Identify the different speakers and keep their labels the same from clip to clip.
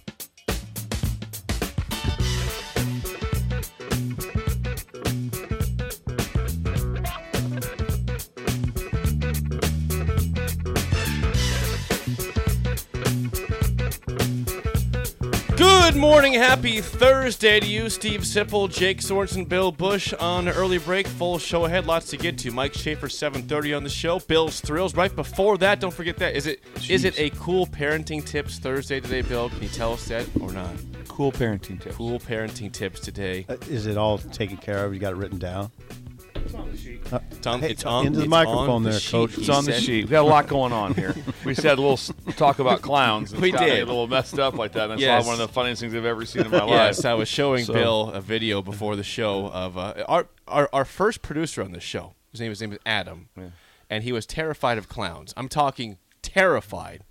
Speaker 1: Good morning, happy Thursday to you, Steve Sipple, Jake Sorensen, Bill Bush on early break. Full show ahead, lots to get to. Mike Schaefer, seven thirty on the show. Bill's thrills. Right before that, don't forget that is it is it a cool parenting tips Thursday today, Bill? Can you tell us that or not?
Speaker 2: Cool parenting tip.
Speaker 1: Cool parenting tips today.
Speaker 3: Uh, Is it all taken care of? You got it written down?
Speaker 1: It's on,
Speaker 3: Hey,
Speaker 1: it's on
Speaker 3: into the
Speaker 1: it's
Speaker 3: microphone
Speaker 1: on
Speaker 3: there,
Speaker 1: sheet,
Speaker 3: Coach.
Speaker 1: he
Speaker 3: It's
Speaker 2: It's on the
Speaker 1: said.
Speaker 2: sheet. We got a lot going on here. We said a little s- talk about clowns. and
Speaker 1: We
Speaker 2: it's gotta
Speaker 1: did.
Speaker 2: get a little messed up like that. That's
Speaker 1: Yes.
Speaker 2: probably one of the funniest things I've ever seen in my life.
Speaker 1: Yes, I was showing
Speaker 2: So-
Speaker 1: Bill a video before the show of uh, our, our our first producer on the show. His name his name is Adam, and he was terrified of clowns. I'm talking terrified.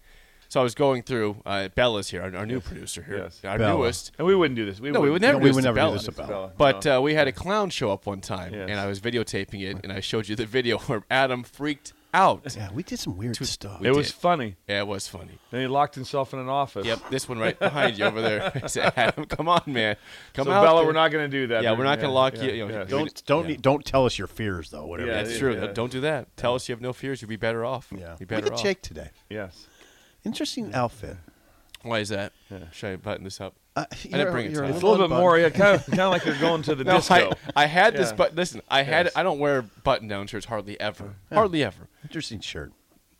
Speaker 1: So I was going through. Uh, Bella's here, our, our new producer here,
Speaker 2: Yes.
Speaker 1: our
Speaker 3: Bella.
Speaker 1: newest.
Speaker 2: And we wouldn't do this. We
Speaker 1: No, we would
Speaker 2: wouldn't-
Speaker 1: never.
Speaker 3: we
Speaker 1: do this
Speaker 3: would
Speaker 1: to
Speaker 3: never do
Speaker 1: Bella.
Speaker 3: this to Bella.
Speaker 1: But uh, we had a clown show up one time,
Speaker 2: Yes.
Speaker 1: and I was videotaping it, and I showed you the video where Adam freaked out.
Speaker 3: Yeah, we did some weird stuff.
Speaker 1: we
Speaker 2: it was
Speaker 1: did.
Speaker 2: funny.
Speaker 1: Yeah, it was funny.
Speaker 2: Then he locked himself in an office.
Speaker 1: Yep, this one right behind you over there. I said, Adam, come on, man, come
Speaker 2: So
Speaker 1: out.
Speaker 2: Bella,
Speaker 1: there."
Speaker 2: we're not going to do that.
Speaker 1: Yeah, we're not gonna lock you- you know,
Speaker 2: yes.
Speaker 1: don't-
Speaker 3: Don't don't
Speaker 1: Yeah.
Speaker 3: don't tell us your fears though. Whatever.
Speaker 2: Yeah,
Speaker 1: That's
Speaker 2: yeah,
Speaker 1: true.
Speaker 2: yeah.
Speaker 1: Don't do that. Tell us you have no fears. You'd be better off.
Speaker 3: Yeah.
Speaker 1: You'd be
Speaker 3: Look
Speaker 1: better
Speaker 3: at
Speaker 1: off.
Speaker 3: Jake today.
Speaker 2: Yes.
Speaker 3: Interesting outfit.
Speaker 1: Why is that? Should I button this up?
Speaker 3: Uh,
Speaker 1: didn't
Speaker 3: you're-
Speaker 1: bring it
Speaker 3: you're
Speaker 1: to him.
Speaker 2: It's a little bit
Speaker 3: unbuttoned.
Speaker 2: more. Yeah, kind of, kind of like you're going to the
Speaker 1: No,
Speaker 2: disco.
Speaker 1: I, I had this
Speaker 2: Yeah.
Speaker 1: but Listen, I had.
Speaker 2: Yes.
Speaker 1: I don't wear button-down shirts hardly ever. Hardly ever.
Speaker 3: Interesting shirt.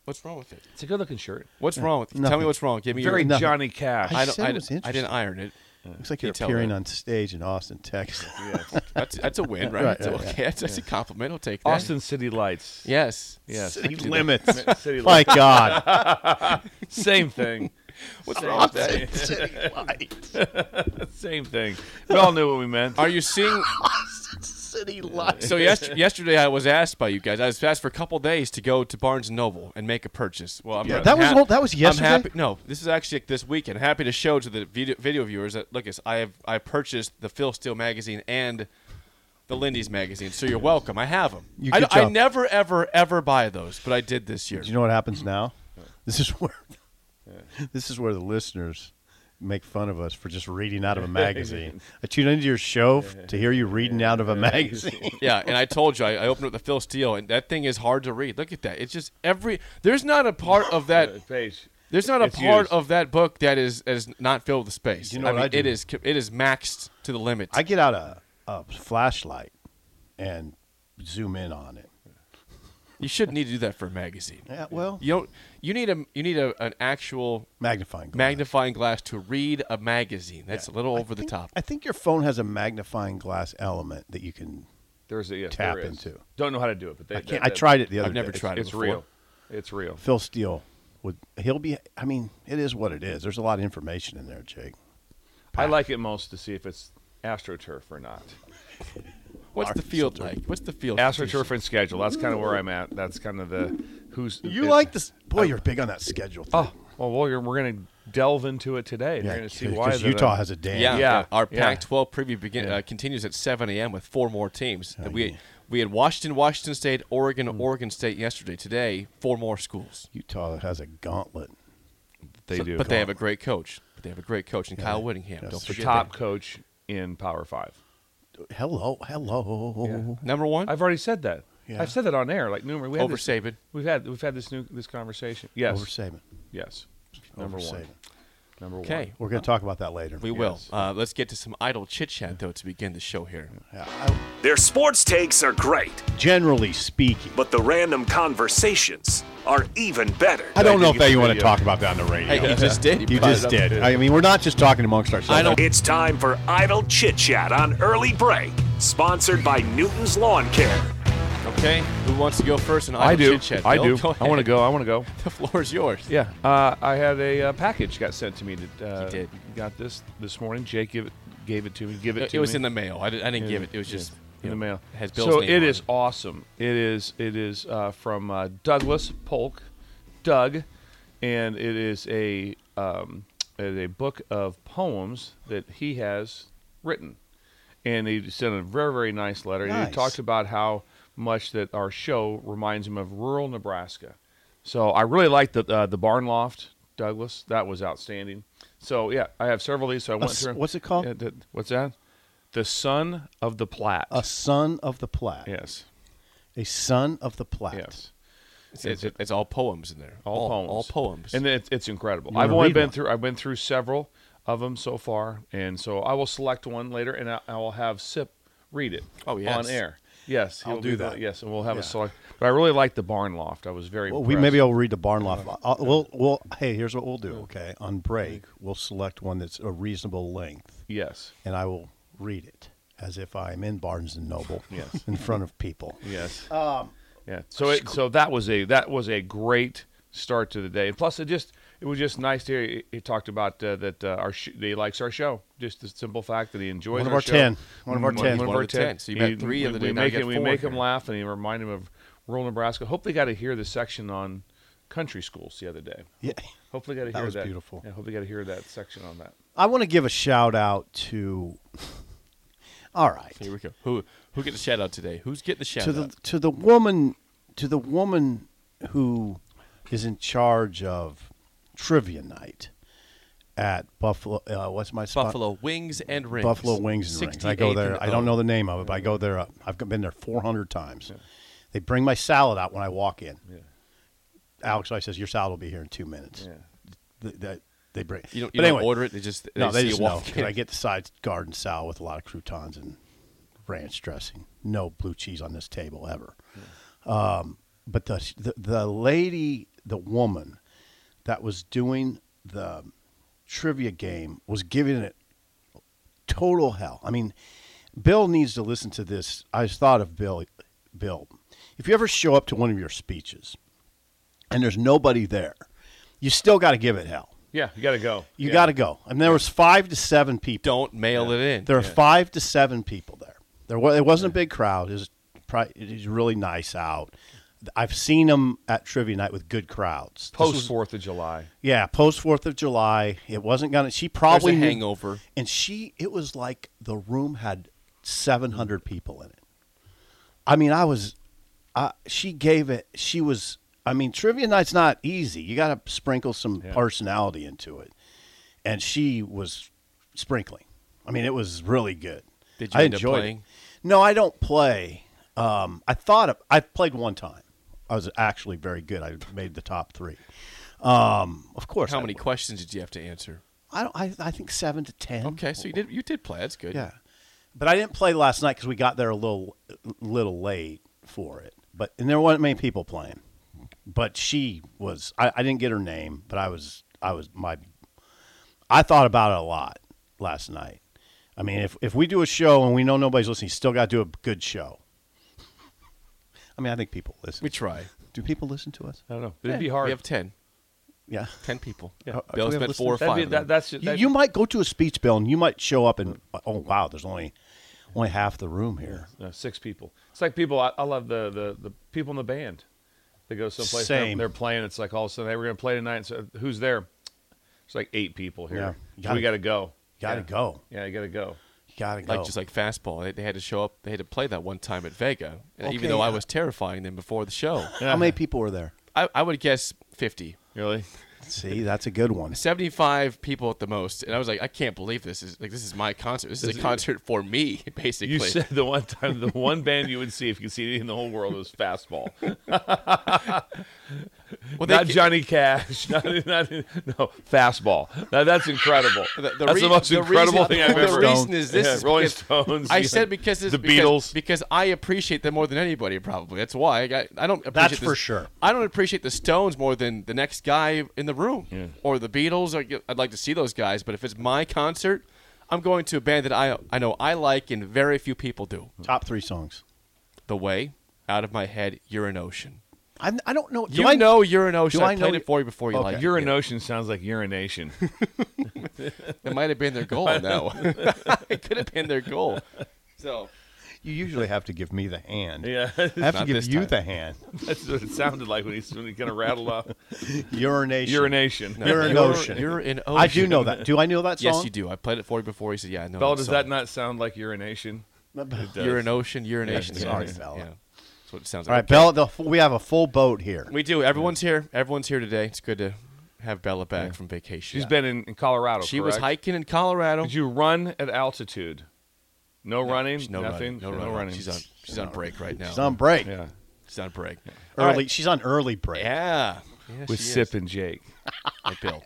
Speaker 1: What's wrong with it?
Speaker 2: it's a good-looking shirt.
Speaker 1: What's wrong with? Tell me
Speaker 3: nothing.
Speaker 1: what's wrong. Give me
Speaker 2: Very
Speaker 1: your.
Speaker 3: nothing.
Speaker 2: Johnny Cash.
Speaker 1: I
Speaker 3: I
Speaker 1: don't.
Speaker 3: said
Speaker 1: I,
Speaker 3: it was
Speaker 1: don't- I didn't
Speaker 3: interesting.
Speaker 1: iron it.
Speaker 3: Looks like you're
Speaker 1: You tell
Speaker 3: appearing
Speaker 1: that.
Speaker 3: on stage in Austin, Texas.
Speaker 1: That's, that's a win, right?
Speaker 3: Right,
Speaker 1: It's
Speaker 3: right,
Speaker 1: okay, that's, that's a compliment. I'll take that.
Speaker 2: Austin City Lights.
Speaker 1: Yes.
Speaker 2: Yes.
Speaker 3: City limits.
Speaker 2: City
Speaker 3: My
Speaker 2: Lights.
Speaker 3: God.
Speaker 2: Same thing.
Speaker 1: What's wrong with that?
Speaker 3: City lights.
Speaker 2: Same thing. We all knew what we meant.
Speaker 1: Are you seeing?
Speaker 3: City lights.
Speaker 1: So yes, yesterday I was asked by you guys. I was asked for a couple days to go to Barnes and Noble and make a purchase. Well, I'm
Speaker 3: Yeah,
Speaker 1: I'm
Speaker 3: that was all- that was yesterday?
Speaker 1: I'm happy, no, this is actually like this weekend. Happy to show to the video, video viewers that look, it's- I have I purchased the Phil Steele magazine and the Lindy's magazine. So you're welcome. I have them.
Speaker 3: You-
Speaker 1: I,
Speaker 3: good
Speaker 1: I
Speaker 3: job.
Speaker 1: never ever ever buy those, but I did this year.
Speaker 3: Do you know what happens
Speaker 1: Mm-hmm.
Speaker 3: now? This is where this is where the listeners make fun of us for just reading out of a magazine. I tune into your show f- to hear you reading out of a magazine.
Speaker 1: yeah, and I told you I, I opened up the Phil Steele, and that thing is hard to read. Look at that. It's just every there's not a part of that
Speaker 2: Page.
Speaker 1: There's not a
Speaker 2: It's
Speaker 1: part
Speaker 2: used.
Speaker 1: of that book that is that is not filled with space.
Speaker 3: You know
Speaker 1: I
Speaker 3: what
Speaker 1: mean,
Speaker 3: I do?
Speaker 1: it is it is maxed to the limit.
Speaker 3: I get out a, a flashlight and zoom in on it.
Speaker 1: you should need to do that for a magazine.
Speaker 3: Yeah, well,
Speaker 1: You don't. You need a you need a, an actual
Speaker 3: magnifying glass.
Speaker 1: magnifying glass to read a magazine. That's a little over the
Speaker 3: think-
Speaker 1: top.
Speaker 3: I think your phone has a magnifying glass element that you can.
Speaker 2: There's a yes,
Speaker 3: Tap
Speaker 2: there is.
Speaker 3: into.
Speaker 2: Don't know how to do it, but they,
Speaker 3: I can't.
Speaker 2: they-
Speaker 3: I tried it the other
Speaker 1: I've never
Speaker 3: day.
Speaker 1: tried it.
Speaker 2: It's
Speaker 1: before.
Speaker 2: real. It's real.
Speaker 3: Phil Steele would. He'll be. I mean, it is what it is. There's a lot of information in there, Jake.
Speaker 2: I like it most to see if it's astroturf or not.
Speaker 1: What's the field like? What's the field?
Speaker 2: Astroturf and schedule. That's kind of where I'm at. That's kind of the who's.
Speaker 3: You
Speaker 2: it-
Speaker 3: like this? Boy, you're big on that schedule. Thing.
Speaker 2: Oh well, well, you're, we're gonna delve into it today. and
Speaker 3: Yeah,
Speaker 2: you're gonna see
Speaker 3: 'cause-
Speaker 2: why
Speaker 3: 'cause
Speaker 2: the-
Speaker 3: Utah has a damn.
Speaker 1: Yeah,
Speaker 2: Yeah,
Speaker 1: Our
Speaker 2: yeah.
Speaker 1: Pac-12 preview begin, uh, continues at 7 a.m. with four more teams.
Speaker 3: Oh,
Speaker 1: we
Speaker 3: yeah. Hmm.
Speaker 1: we had Washington, Washington State, Oregon, Oregon State yesterday. Today, four more schools.
Speaker 3: Utah has a gauntlet.
Speaker 2: they
Speaker 1: So-
Speaker 2: do.
Speaker 1: But they have a great coach. But they have a great coach in Kyle Whittingham.
Speaker 3: Yes.
Speaker 1: Don't
Speaker 3: The
Speaker 2: the
Speaker 1: forget
Speaker 2: top
Speaker 1: that.
Speaker 2: coach in Power Five.
Speaker 3: Hello, hello.
Speaker 1: number one
Speaker 2: I've already said that.
Speaker 3: Yeah.
Speaker 2: I've said that on air like numerous. We had
Speaker 1: over
Speaker 2: this-
Speaker 1: Saban.
Speaker 2: We've had we've had this new this conversation. Yes.
Speaker 3: Over Saban.
Speaker 2: yes.
Speaker 3: Over
Speaker 2: Number one.
Speaker 3: Saban.
Speaker 2: Number one.
Speaker 1: Okay.
Speaker 3: We're going to talk about that later.
Speaker 1: We will. Uh, let's get to some idle chit chat, though, to begin the show here.
Speaker 4: Their sports takes are great,
Speaker 3: Generally speaking,
Speaker 4: but the random conversations are even better.
Speaker 3: I don't know if
Speaker 2: get
Speaker 3: that you
Speaker 2: the
Speaker 3: want to
Speaker 2: video.
Speaker 3: talk about that on the radio.
Speaker 1: Hey, you just did.
Speaker 3: You just
Speaker 2: brought it up.
Speaker 3: did. I mean, we're not just talking amongst
Speaker 1: I
Speaker 3: ourselves.
Speaker 1: don't-
Speaker 4: It's time for Idle Chit Chat on Early Break, sponsored by Newton's Lawn Care.
Speaker 1: Okay. Who wants to go first in idle
Speaker 2: I do.
Speaker 1: chit chat?
Speaker 2: I
Speaker 1: Bill?
Speaker 2: do. I want to
Speaker 1: ahead.
Speaker 2: go. I want to go.
Speaker 1: The floor is yours.
Speaker 2: Yeah, uh, I had a uh, package got sent to me. That, uh,
Speaker 1: You did.
Speaker 2: Got this this morning. Jake give it, gave it to me. Give it
Speaker 1: It,
Speaker 2: to
Speaker 1: it was
Speaker 2: me.
Speaker 1: in the mail. I, did, I didn't give it. It was
Speaker 2: Yeah,
Speaker 1: just
Speaker 2: in
Speaker 1: you
Speaker 2: the
Speaker 1: know,
Speaker 2: mail.
Speaker 1: Has Bill's
Speaker 2: so
Speaker 1: name
Speaker 2: it
Speaker 1: on
Speaker 2: is awesome. It is it is uh, from uh, Douglas Polk, Doug, and it is a um, it is a book of poems that he has written, and he sent a very very nice letter. And
Speaker 3: Nice.
Speaker 2: he talked about how much that our show reminds him of rural Nebraska. So I really liked the uh, the barn loft Douglas. That was outstanding. So yeah, I have several of these. So I went
Speaker 3: s-
Speaker 2: through. 'em.
Speaker 3: what's it called?
Speaker 2: Yeah, the- what's that? The Son of the Platte.
Speaker 3: A son of the Platte.
Speaker 2: Yes.
Speaker 3: A son of the Platte.
Speaker 2: Yes.
Speaker 1: It's, it's, it's all poems in there.
Speaker 2: All, poems.
Speaker 1: All poems.
Speaker 2: And it's, it's incredible.
Speaker 3: You
Speaker 2: I've
Speaker 3: wanna
Speaker 2: only
Speaker 3: read
Speaker 2: been
Speaker 3: one?
Speaker 2: through. I've been through several of them so far, and so I will select one later, and I, I will have Sip read it.
Speaker 1: Oh, yes.
Speaker 2: On air. Yes, he'll
Speaker 3: I'll do
Speaker 2: be-
Speaker 3: that.
Speaker 2: Yes, and we'll have
Speaker 3: Yeah.
Speaker 2: a select. But I really like the barn loft. I was very.
Speaker 3: Well, we
Speaker 2: impressed.
Speaker 3: maybe I'll read the barn loft. I'll, we'll, we'll, hey, here's what we'll do. Okay, on break, we'll select one that's a reasonable length,
Speaker 2: Yes.
Speaker 3: and I will read it as if I am in Barnes and Noble,
Speaker 2: Yes.
Speaker 3: in front of people.
Speaker 2: Yes. Um, yeah. So it, so that was a that was a great start to the day. And plus, it just it was just nice to hear he- he talked about uh, that uh, our sh- that he likes our show. Just the simple fact that he enjoys
Speaker 3: One of
Speaker 2: our
Speaker 3: our
Speaker 2: show.
Speaker 3: 10. One of our
Speaker 2: Mm,
Speaker 3: 10.
Speaker 2: One of our ten.
Speaker 1: So you've got three of the
Speaker 2: we,
Speaker 1: day.
Speaker 2: we
Speaker 1: Now
Speaker 2: make
Speaker 1: you got
Speaker 2: him, we
Speaker 1: four
Speaker 2: make him
Speaker 1: here.
Speaker 2: laugh and he remind him of rural Nebraska. Hope they got to hear the section on country schools the other day.
Speaker 3: Yeah.
Speaker 2: Hopefully, got to
Speaker 3: That
Speaker 2: hear
Speaker 3: was
Speaker 2: that.
Speaker 3: beautiful.
Speaker 2: Yeah, hope they got to hear that section on that.
Speaker 3: I want to give a shout out to. All right,
Speaker 1: Here we go. Who who get the shout out today? Who's getting the shout
Speaker 3: to
Speaker 1: out?
Speaker 3: the to the woman to the woman who is in charge of trivia night at Buffalo. Uh, what's my spot?
Speaker 1: Buffalo Wings and Rings.
Speaker 3: Buffalo Wings and Rings. I go
Speaker 1: 68th
Speaker 3: there.
Speaker 1: and oh.
Speaker 3: I don't
Speaker 1: O.
Speaker 3: know the name of it, but I go there. uh, I've been there 400 times. They bring my salad out when I walk in. Alex, I says your salad will be here in two minutes. Th- that- they bring.
Speaker 1: You don't,
Speaker 3: but
Speaker 1: you
Speaker 3: anyway,
Speaker 1: don't order it. They just they see
Speaker 3: no, they
Speaker 1: you
Speaker 3: just know.
Speaker 1: walk in.
Speaker 3: 'cause I get the side garden salad with a lot of croutons and ranch dressing. No blue cheese on this table ever. Um, but the, the the lady, the woman that was doing the trivia game was giving it total hell. I mean, Bill needs to listen to this. I just thought of Bill. Bill, if you ever show up to one of your speeches and there's nobody there, you still got to give it hell.
Speaker 2: Yeah, you got to go.
Speaker 3: You
Speaker 2: Yeah.
Speaker 3: got to go. And there was five to seven people.
Speaker 1: don't mail it in.
Speaker 3: There were five to seven people there. There was, it wasn't a big crowd. It was, pri- it was really nice out. I've seen them at trivia night with good crowds. This
Speaker 2: post
Speaker 3: was-
Speaker 2: Fourth of July.
Speaker 3: yeah, post Fourth of July. It wasn't gonna. She probably
Speaker 1: There's a
Speaker 3: knew-
Speaker 1: hangover.
Speaker 3: and she. It was like the room had seven hundred people in it. I mean, I was. I, she gave it. She was. I mean, trivia night's not easy. You got to sprinkle some personality into it, and she was sprinkling. I mean, it was really good.
Speaker 1: Did you
Speaker 3: I
Speaker 1: end up
Speaker 3: enjoyed it.
Speaker 1: playing?
Speaker 3: No, I don't play. Um, I thought of, I played one time. I was actually very good. I made the top three. Um, of course.
Speaker 1: How
Speaker 3: I
Speaker 1: many
Speaker 3: would.
Speaker 1: questions did you have to answer?
Speaker 3: I don't. I, I think seven to ten.
Speaker 1: Okay, so you did you did play. That's good.
Speaker 3: Yeah, but I didn't play last night because we got there a little little late for it. But and there weren't many people playing. But she was. I, I didn't get her name, but I was. I was my. I thought about it a lot last night. I mean, if if we do a show and we know nobody's listening, you still got to do a good show. I mean, I think people listen.
Speaker 1: We try.
Speaker 3: do people listen to us?
Speaker 2: I don't know. It'd be
Speaker 1: Yeah,
Speaker 2: hard.
Speaker 1: We have 10.
Speaker 3: Yeah.
Speaker 1: 10 people.
Speaker 3: Yeah. Uh, do
Speaker 1: Bill's
Speaker 3: we have
Speaker 1: met
Speaker 3: listeners?
Speaker 1: four or
Speaker 2: That'd
Speaker 1: five.
Speaker 2: be-
Speaker 1: of
Speaker 2: that-
Speaker 1: them.
Speaker 2: that's
Speaker 3: You,
Speaker 2: that-
Speaker 3: you might go to a speech, Bill, and you might show up and oh wow, there's only only half the room here.
Speaker 2: No, six people. It's like people. I, I love the, the the people in the band. They go someplace. they're-
Speaker 3: Same.
Speaker 2: They're, playing. It's like all of a sudden, hey, we're gonna play tonight. So who's there? It's like eight people here.
Speaker 3: Yeah.
Speaker 2: So
Speaker 3: Gotta-
Speaker 2: we got to go.
Speaker 3: Gotta
Speaker 2: yeah.
Speaker 3: go.
Speaker 2: Yeah, you got to go.
Speaker 3: You gotta go.
Speaker 2: oh.
Speaker 1: like just like fastball. They, they had to show up. They had to play that one time at Vega, and
Speaker 3: Okay,
Speaker 1: even though I
Speaker 3: yeah.
Speaker 1: was terrifying them before the show.
Speaker 3: How many people were there?
Speaker 1: I, I would guess 50.
Speaker 2: Really?
Speaker 3: See, that's a good one.
Speaker 1: 75 people at the most and i was like i can't believe this is like this is my concert this is a concert for me basically
Speaker 2: You said the one time, the one band you would see if you could see it in the whole world was fastball.
Speaker 1: Well, they
Speaker 2: not
Speaker 1: ca-
Speaker 2: Johnny Cash. Not, not, no, fastball. Now, that's incredible.
Speaker 1: The- the
Speaker 2: that's
Speaker 1: rea-
Speaker 2: the most
Speaker 1: the
Speaker 2: incredible
Speaker 1: reason-
Speaker 2: thing I've
Speaker 1: the
Speaker 2: ever
Speaker 1: reason is this
Speaker 2: Yeah,
Speaker 1: is
Speaker 2: Rolling
Speaker 1: because-
Speaker 2: Stones.
Speaker 1: I
Speaker 2: yeah.
Speaker 1: said because this
Speaker 2: the
Speaker 1: because,
Speaker 2: Beatles.
Speaker 1: because I appreciate them more than anybody probably. That's why I got, I don't appreciate
Speaker 3: That's
Speaker 1: the-
Speaker 3: for sure.
Speaker 1: I don't appreciate the Stones more than the next guy in the room or the Beatles. I- I'd like to see those guys, but if it's my concert, I'm going to a band that I I know I like and very few people do.
Speaker 3: Top three songs.
Speaker 1: The Way, Out of My Head, You're an Ocean.
Speaker 3: I, I don't know. Do
Speaker 1: you
Speaker 3: I
Speaker 1: know You're an Ocean.
Speaker 3: do
Speaker 1: I,
Speaker 3: I know
Speaker 1: played
Speaker 3: you-
Speaker 1: it for you before you
Speaker 3: Okay.
Speaker 1: liked it.
Speaker 2: Urine ocean sounds like urination.
Speaker 1: It might have been their goal now. it could have been their goal. So
Speaker 3: You usually have to give me the hand.
Speaker 2: yeah,
Speaker 3: I have to
Speaker 1: Not
Speaker 3: give
Speaker 1: this
Speaker 3: you
Speaker 1: time.
Speaker 3: the hand.
Speaker 2: that's what it sounded like when he, when he kind of rattled off
Speaker 3: Urination.
Speaker 2: urination.
Speaker 3: You're an ocean.
Speaker 1: You're an ocean.
Speaker 3: I do know that. Do I know that song?
Speaker 1: Yes, you do. I played it for you before. You said, "Yeah, I know."
Speaker 2: Bell,
Speaker 1: that
Speaker 2: does
Speaker 1: song.
Speaker 2: that not sound like urination? It does.
Speaker 1: You're an ocean. You're an ocean.
Speaker 2: Yeah,
Speaker 3: sorry,
Speaker 1: yeah.
Speaker 3: fella.
Speaker 1: Yeah. That's what it sounds
Speaker 3: All
Speaker 1: like.
Speaker 3: right, Bella, the, we have a full boat here.
Speaker 1: We do. Everyone's here. Everyone's here today. It's good to have Bella back from vacation.
Speaker 2: She's been in, in Colorado.
Speaker 1: She was
Speaker 2: correct?
Speaker 1: hiking in Colorado.
Speaker 2: Did you run at altitude? No, running.
Speaker 1: She's no
Speaker 2: nothing.
Speaker 1: running. No, running. She's on. She's on break right now.
Speaker 3: She's on break.
Speaker 2: Yeah,
Speaker 1: She's on break.
Speaker 3: Early. She's on early break.
Speaker 1: Yeah. yeah
Speaker 2: with
Speaker 1: she is.
Speaker 2: Sip and Jake.
Speaker 1: Hey, Bill.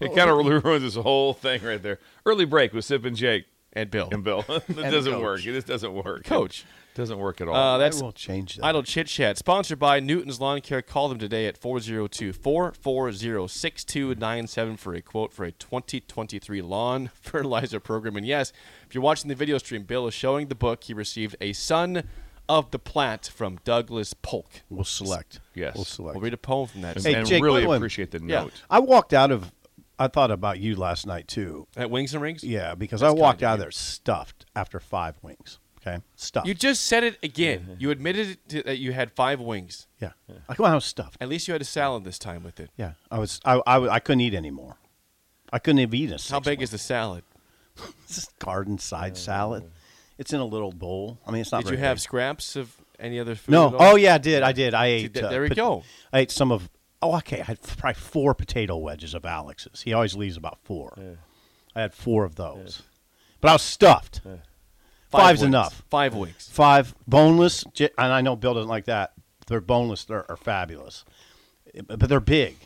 Speaker 2: It kind of ruins this whole thing right there. Early break with Sip and Jake
Speaker 1: and Bill.
Speaker 2: and Bill. it doesn't work. It just doesn't work.
Speaker 1: Coach.
Speaker 2: It doesn't work at all.
Speaker 1: Uh,
Speaker 3: I
Speaker 1: that's
Speaker 3: will change that.
Speaker 1: Idle Chit Chat, sponsored by Newton's Lawn Care. Call them today at 402 440 6297 for a quote for a 2023 lawn fertilizer program. And yes, if you're watching the video stream, Bill is showing the book he received, A Son of the Plant from Douglas Polk.
Speaker 3: We'll select.
Speaker 2: Yes.
Speaker 3: We'll select.
Speaker 1: We'll read a poem from that.
Speaker 3: Hey,
Speaker 2: and
Speaker 3: Jake,
Speaker 2: really
Speaker 3: one-
Speaker 2: appreciate the
Speaker 1: Yeah.
Speaker 2: note.
Speaker 3: I walked out of. I thought about you last night too.
Speaker 1: At Wings and Rings?
Speaker 3: Yeah, because I walked out of there stuffed after five wings. Okay, stuffed.
Speaker 1: You just said it
Speaker 3: Mm-hmm.
Speaker 1: again. You admitted it to, that you had five wings.
Speaker 3: yeah. I come out I was stuffed.
Speaker 1: At least you had a salad this time with it.
Speaker 3: Yeah, I was. I, I, I couldn't eat anymore. I couldn't have eaten a.
Speaker 1: How big is the salad?
Speaker 3: this garden side salad? It's in a little bowl. I mean, it's not.
Speaker 1: Did you
Speaker 3: very
Speaker 1: have
Speaker 3: big.
Speaker 1: scraps of any other food?
Speaker 3: No.
Speaker 1: at all?
Speaker 3: Oh yeah, I did. I did. I ate.
Speaker 1: th-
Speaker 3: uh,
Speaker 1: there we go.
Speaker 3: I ate some of. Oh, okay. I had f- probably four potato wedges of Alex's. He always leaves about four. I had four of those, but I was stuffed. Five's
Speaker 1: wings.
Speaker 3: enough.
Speaker 1: Five wings.
Speaker 3: Five boneless, j- and I know Bill doesn't like that. They're boneless. They're are fabulous, Eh, but they're big.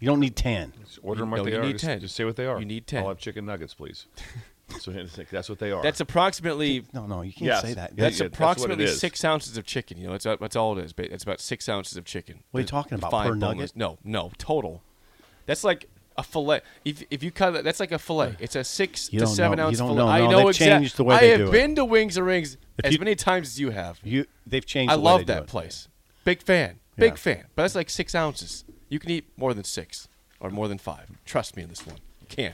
Speaker 3: You don't need ten.
Speaker 2: Just order them
Speaker 1: No,
Speaker 2: what they
Speaker 1: you
Speaker 2: are.
Speaker 1: need
Speaker 2: just,
Speaker 1: 10.
Speaker 2: just say what they are.
Speaker 1: You need 10.
Speaker 2: I'll have chicken nuggets, please. so that's what they are.
Speaker 1: That's approximately
Speaker 3: No, no, you can't
Speaker 2: Yes.
Speaker 3: say that.
Speaker 2: Yeah,
Speaker 1: that's
Speaker 2: yeah, that's what it
Speaker 1: approximately
Speaker 2: is.
Speaker 1: six ounces of chicken. You know, that's that's all it is. But it's about six ounces of chicken.
Speaker 3: What are you
Speaker 1: The-
Speaker 3: talking about,
Speaker 1: Five
Speaker 3: per
Speaker 1: boneless-
Speaker 3: nugget?
Speaker 1: No, no, total. That's like a fillet. If, if you cut it, that's like a fillet. It's a six
Speaker 3: You
Speaker 1: to
Speaker 3: don't
Speaker 1: seven
Speaker 3: know. You
Speaker 1: ounce
Speaker 3: don't
Speaker 1: fillet.
Speaker 3: know.
Speaker 1: I
Speaker 3: No,
Speaker 1: know
Speaker 3: they've
Speaker 1: exact-
Speaker 3: changed the way
Speaker 1: I
Speaker 3: they
Speaker 1: have
Speaker 3: do it.
Speaker 1: been to Wings and Rings as
Speaker 3: you-
Speaker 1: many times as you have.
Speaker 3: You, they've changed.
Speaker 1: I
Speaker 3: the way
Speaker 1: love
Speaker 3: they do
Speaker 1: that
Speaker 3: it.
Speaker 1: place. Big fan. Big
Speaker 3: Yeah.
Speaker 1: fan. But that's like six ounces. You can eat more than six or more than five. Trust me on this one. You can.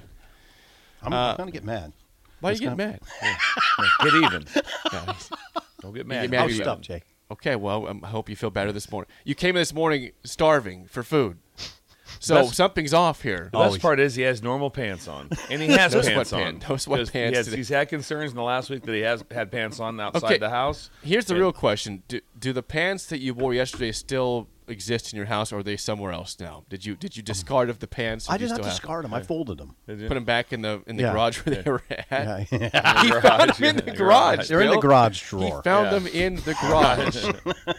Speaker 3: I'm, gonna get mad.
Speaker 1: Why
Speaker 3: It's
Speaker 1: Uh, you getting
Speaker 3: kinda-
Speaker 1: mad?
Speaker 2: get even.
Speaker 1: No, he's-
Speaker 2: Don't get
Speaker 1: You
Speaker 2: mad.
Speaker 1: get
Speaker 3: I
Speaker 1: mad
Speaker 3: was
Speaker 1: at you.
Speaker 3: stuffed, Jake.
Speaker 1: Okay, well, um, I hope you feel better this morning. You came in this morning starving for food, so
Speaker 2: That's-
Speaker 1: something's off here.
Speaker 2: The best part is he has normal pants on, and he has
Speaker 1: No
Speaker 2: pants
Speaker 1: sweatpants.
Speaker 2: on.
Speaker 1: No
Speaker 2: Because
Speaker 1: sweatpants
Speaker 2: He has,
Speaker 1: today.
Speaker 2: he's had concerns in the last week that he has had pants on outside
Speaker 1: Okay.
Speaker 2: the house.
Speaker 1: Here's the real question: do, do the pants that you wore yesterday still exist in your house, or are they somewhere else now? Did you did you discard of the pants? or
Speaker 3: I
Speaker 1: do you
Speaker 3: did not
Speaker 1: still have-
Speaker 3: discard them. I folded them.
Speaker 1: Put them back in the in the
Speaker 3: Yeah.
Speaker 1: garage where they were at.
Speaker 3: Yeah.
Speaker 1: He found them in the garage.
Speaker 3: They're in the
Speaker 1: Bill.
Speaker 3: garage
Speaker 1: He
Speaker 3: drawer.
Speaker 1: found them in the garage.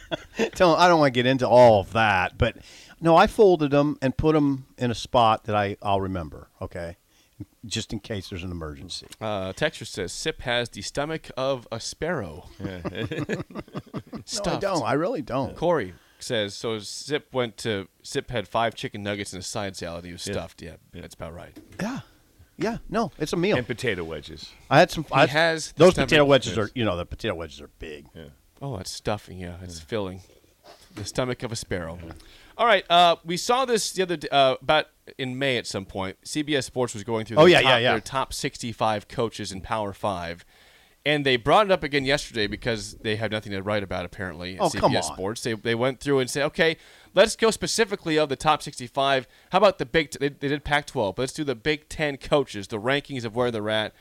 Speaker 3: Tell, I don't want to get into all of that, but no, I folded them and put them in a spot that I I'll remember. Okay, just in case there's an emergency.
Speaker 1: Uh, texture says Sip has the stomach of a sparrow.
Speaker 3: No, I
Speaker 1: Stuffed.
Speaker 3: don't. I really don't.
Speaker 1: Corey says so. Sip went to Sip had five chicken nuggets and a side salad. He was stuffed. Yeah, that's about right.
Speaker 3: Yeah, yeah. No, it's a meal.
Speaker 2: And potato wedges.
Speaker 3: I had some. I,
Speaker 1: has
Speaker 3: those
Speaker 1: stomach
Speaker 3: potato wedges are. You know, the potato wedges are big.
Speaker 1: Oh, that's stuffing. Yeah, that's filling. The stomach of a sparrow. All right. Uh, we saw this the other day, uh, about in May at some point. CBS Sports was going through.
Speaker 3: Oh,
Speaker 1: their
Speaker 3: yeah,
Speaker 1: top,
Speaker 3: yeah, yeah.
Speaker 1: Their top 65 coaches in Power Five, and they brought it up again yesterday because they have nothing to write about apparently. At
Speaker 3: Oh,
Speaker 1: CBS
Speaker 3: come on.
Speaker 1: Sports. They they went through and said, okay, let's go specifically of the top 65. How about the Big? T- they, they did Pac-12, but let's do the Big Ten coaches, the rankings of where they're at.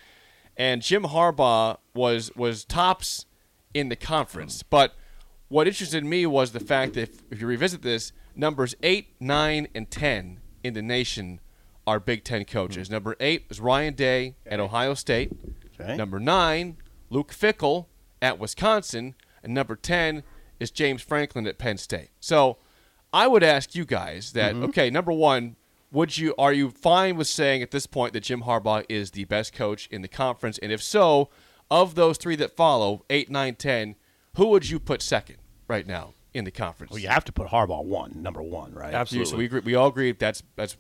Speaker 1: And Jim Harbaugh was was tops in the conference, but what interested me was the fact that if, if you revisit this, numbers eight, nine, and ten in the nation are Big Ten coaches. Number eight is Ryan Day at Ohio State.
Speaker 3: Okay.
Speaker 1: Number nine, Luke Fickle at Wisconsin, and number ten is James Franklin at Penn State. So I would ask you guys that.
Speaker 2: Mm-hmm.
Speaker 1: Okay, number one, would you are you fine with saying at this point that Jim Harbaugh is the best coach in the conference? And if so, of those three that follow eight, nine, ten, who would you put second right now in the conference?
Speaker 3: Well, you have to put Harbaugh one, number one, right?
Speaker 2: Oh, Absolutely.
Speaker 1: So we agree, we all agree that's that's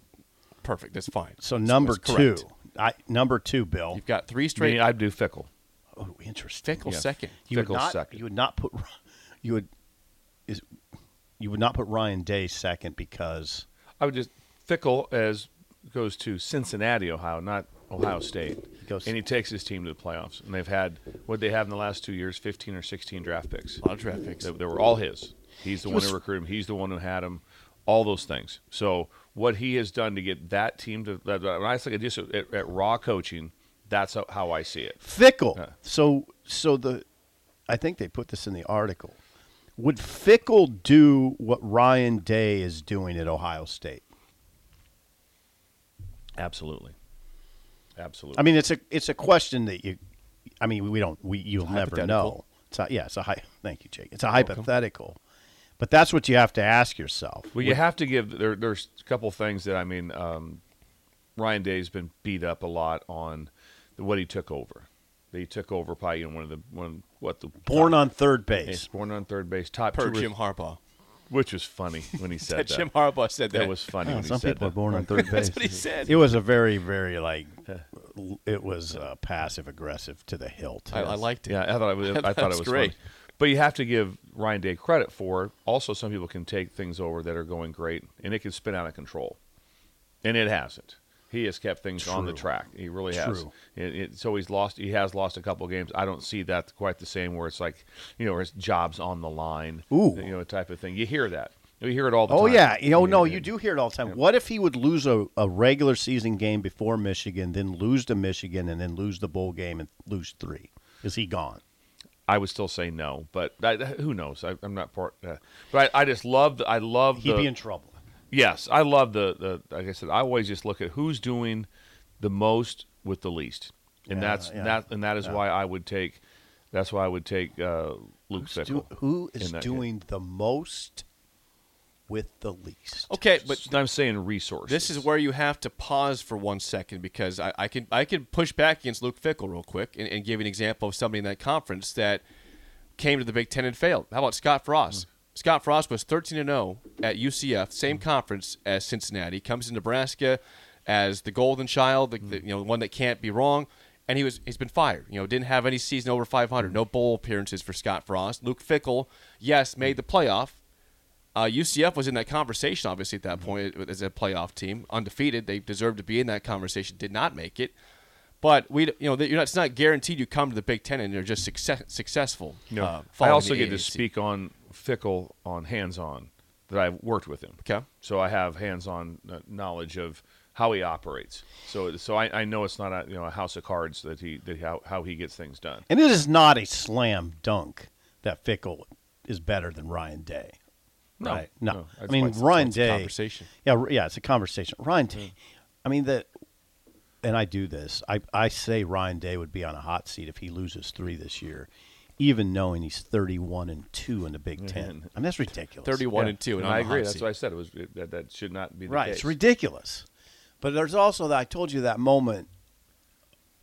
Speaker 1: perfect. That's fine.
Speaker 3: So
Speaker 1: That's-
Speaker 3: number
Speaker 1: that's
Speaker 3: two,
Speaker 1: correct.
Speaker 3: I number two, Bill.
Speaker 1: You've got three
Speaker 2: I
Speaker 1: straight.
Speaker 2: mean, I'd do Fickle.
Speaker 3: Oh, interesting.
Speaker 1: Fickle
Speaker 2: yeah.
Speaker 1: second.
Speaker 3: You would
Speaker 2: Fickle's
Speaker 3: not.
Speaker 2: second.
Speaker 3: You would not put. You would. Is you would not put Ryan Day second because
Speaker 2: I would just Fickle as goes to Cincinnati, Ohio, not Ohio State,
Speaker 3: goes-
Speaker 2: and he takes his team to the playoffs. And they've had what they have in the last two years: fifteen or sixteen draft picks.
Speaker 1: A lot of draft picks.
Speaker 2: They, they were all his. He's the one
Speaker 3: was-
Speaker 2: who recruited him. He's the one who had him. All those things. So what he has done to get that team to that, that- when I think of just at, at raw coaching, that's how, how I see it.
Speaker 3: Fickle.
Speaker 2: Yeah.
Speaker 3: So so the, I think they put this in the article. Would Fickle do what Ryan Day is doing at Ohio State?
Speaker 2: Absolutely. Absolutely.
Speaker 3: I mean, it's a it's a question that you. I mean, we don't. We you'll never
Speaker 1: hypothetical.
Speaker 3: know. It's a, yeah, it's a hy- thank you, Jake. It's a hypothetical, but that's what you have to ask yourself.
Speaker 2: Well, you have to give there. There's a couple things that I mean. Um, Ryan Day's been beat up a lot on the, what he took over. That he took over probably you know, one of the one what the
Speaker 3: Born on third
Speaker 2: Yes,
Speaker 3: base.
Speaker 2: born on third base top
Speaker 1: per
Speaker 2: two,
Speaker 1: Jim Harbaugh.
Speaker 2: which was funny when he said
Speaker 1: That
Speaker 2: that.
Speaker 1: Jim Harbaugh said that.
Speaker 2: that was funny when he
Speaker 3: Some
Speaker 2: said
Speaker 3: people are
Speaker 2: that.
Speaker 3: born on third base.
Speaker 1: That's what he said.
Speaker 3: It was a very, very like, it was uh, passive aggressive to the hilt.
Speaker 1: I, I liked it.
Speaker 2: Yeah, I thought it was, I thought it
Speaker 1: That's
Speaker 2: was
Speaker 1: great.
Speaker 2: funny. But you have to give Ryan Day credit for. Also, some people can take things over that are going great, and it can spin out of control, and it hasn't. He has kept things on the
Speaker 3: True.
Speaker 2: track. He really has.
Speaker 3: True.
Speaker 2: It, it, so he's lost. He has lost a couple games. I don't see that quite the same. Where it's like, you know, where his job's on the line.
Speaker 3: Ooh.
Speaker 2: you know, type of thing. You hear that. You hear it all the
Speaker 3: Oh
Speaker 2: time.
Speaker 3: yeah, you know,
Speaker 2: Yeah,
Speaker 3: no,
Speaker 2: yeah.
Speaker 3: you do hear it all the time. What if he would lose a, a regular season game before Michigan, then lose to Michigan, and then lose the bowl game and lose three? Is he gone?
Speaker 2: I would still say no, but I, who knows? I, I'm not part. Uh, but I, I just love. The, I love.
Speaker 3: He'd
Speaker 2: the,
Speaker 3: be in trouble.
Speaker 2: Yes, I love the, the like I said, I always just look at who's doing the most with the least. And
Speaker 3: Yeah,
Speaker 2: that's
Speaker 3: yeah,
Speaker 2: that and that is why I would take that's why I would take uh, Luke
Speaker 3: Who's do-
Speaker 2: Fickle.
Speaker 3: who is
Speaker 2: in that
Speaker 3: doing the most with the least?
Speaker 1: Okay,
Speaker 2: case.
Speaker 1: but
Speaker 2: But I'm saying resources.
Speaker 1: This is where you have to pause for one second because I, I can I can push back against Luke Fickle real quick and, and give you an example of somebody in that conference that came to the Big Ten and failed. How about Scott Frost? Scott Frost was 13 and 0 at UCF, same conference as Cincinnati. Comes to Nebraska as the golden child, the, the you know one that can't be wrong, and he was he's been fired. You know, didn't have any season over 500, no bowl appearances for Scott Frost. Luke Fickle, yes, made the playoff, uh, UCF was in that conversation, obviously, at that
Speaker 2: Mm-hmm.
Speaker 1: point as a playoff team, undefeated. They deserved to be in that conversation. Did not make it, but we, you know, that you're not, it's not guaranteed you come to the Big Ten and you're just success, successful.
Speaker 2: No.
Speaker 1: uh,
Speaker 2: I
Speaker 1: following
Speaker 2: also
Speaker 1: the
Speaker 2: get to
Speaker 1: AAC.
Speaker 2: speak on Fickle on hands-on that I've worked with him.
Speaker 1: Okay.
Speaker 2: So I have hands-on uh, knowledge of how he operates. So so I, I know it's not a you know a house of cards that he that how, how he gets things done.
Speaker 3: And it is not a slam dunk that Fickle is better than Ryan Day.
Speaker 2: No,
Speaker 3: right? No.
Speaker 2: no,
Speaker 3: I
Speaker 2: that's
Speaker 3: mean,
Speaker 2: why it's-
Speaker 3: Ryan
Speaker 1: it's a
Speaker 3: Day.
Speaker 1: conversation.
Speaker 3: Yeah, r- yeah, it's a conversation. Ryan Day. I mean, that, and I do this. I, I say Ryan Day would be on a hot seat if he loses three this year, even knowing he's 31 and 2 in the Big Ten. I mean, that's ridiculous.
Speaker 1: 31
Speaker 2: Yeah.
Speaker 1: and two, and,
Speaker 2: I
Speaker 1: on the
Speaker 2: agree.
Speaker 1: hot
Speaker 2: That's
Speaker 1: seat.
Speaker 2: what I said. It was it- that, that should not be the
Speaker 3: Right.
Speaker 2: Case.
Speaker 3: It's ridiculous. But there's also that I told you that moment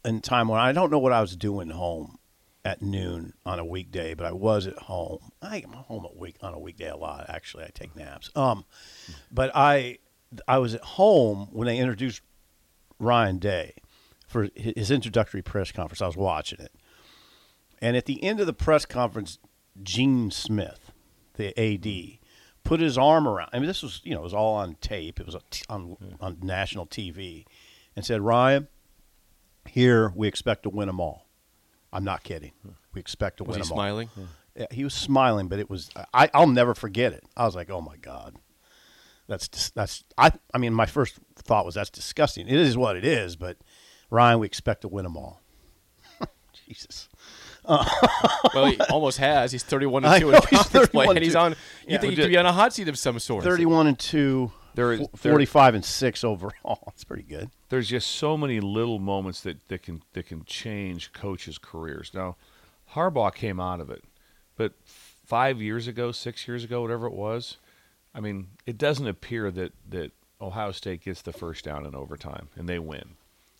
Speaker 3: in time when I don't know what I was doing home at noon on a weekday, but I was at home. I am home at week on a weekday a lot, actually. I take naps. Um but I I was at home when they introduced Ryan Day for hi- his introductory press conference. I was watching it. And at the end of the press conference, Gene Smith, the AD, put his arm around. I mean, this was you know it was all on tape. It was on on,
Speaker 1: Hmm.
Speaker 3: on national TV, and said, "Ryan, here we expect to win them all." I'm not kidding. We expect to
Speaker 1: Hmm. Was
Speaker 3: win
Speaker 1: he
Speaker 3: them all.
Speaker 1: smiling? Hmm.
Speaker 3: Yeah, he was smiling, but it was I, I'll never forget it. I was like, "Oh my god, that's dis- that's I." I mean, my first thought was, "That's disgusting." It is what it is, but Ryan, we expect to win them all. Jesus,
Speaker 1: well, he almost has. He's 31
Speaker 3: I
Speaker 1: and two in
Speaker 3: know, he's
Speaker 1: conference play,
Speaker 3: 31
Speaker 1: and he's
Speaker 3: two.
Speaker 1: on. You
Speaker 3: Yeah.
Speaker 1: think he could be on a hot seat of some sort?
Speaker 3: thirty-one and two.
Speaker 2: There is-
Speaker 3: fo- forty-five and six overall. That's pretty good.
Speaker 2: There's just so many little moments that, that can that can change coaches' careers. Now, Harbaugh came out of it, but five years ago, six years ago, whatever it was, I mean, it doesn't appear that that Ohio State gets the first down in overtime and they win.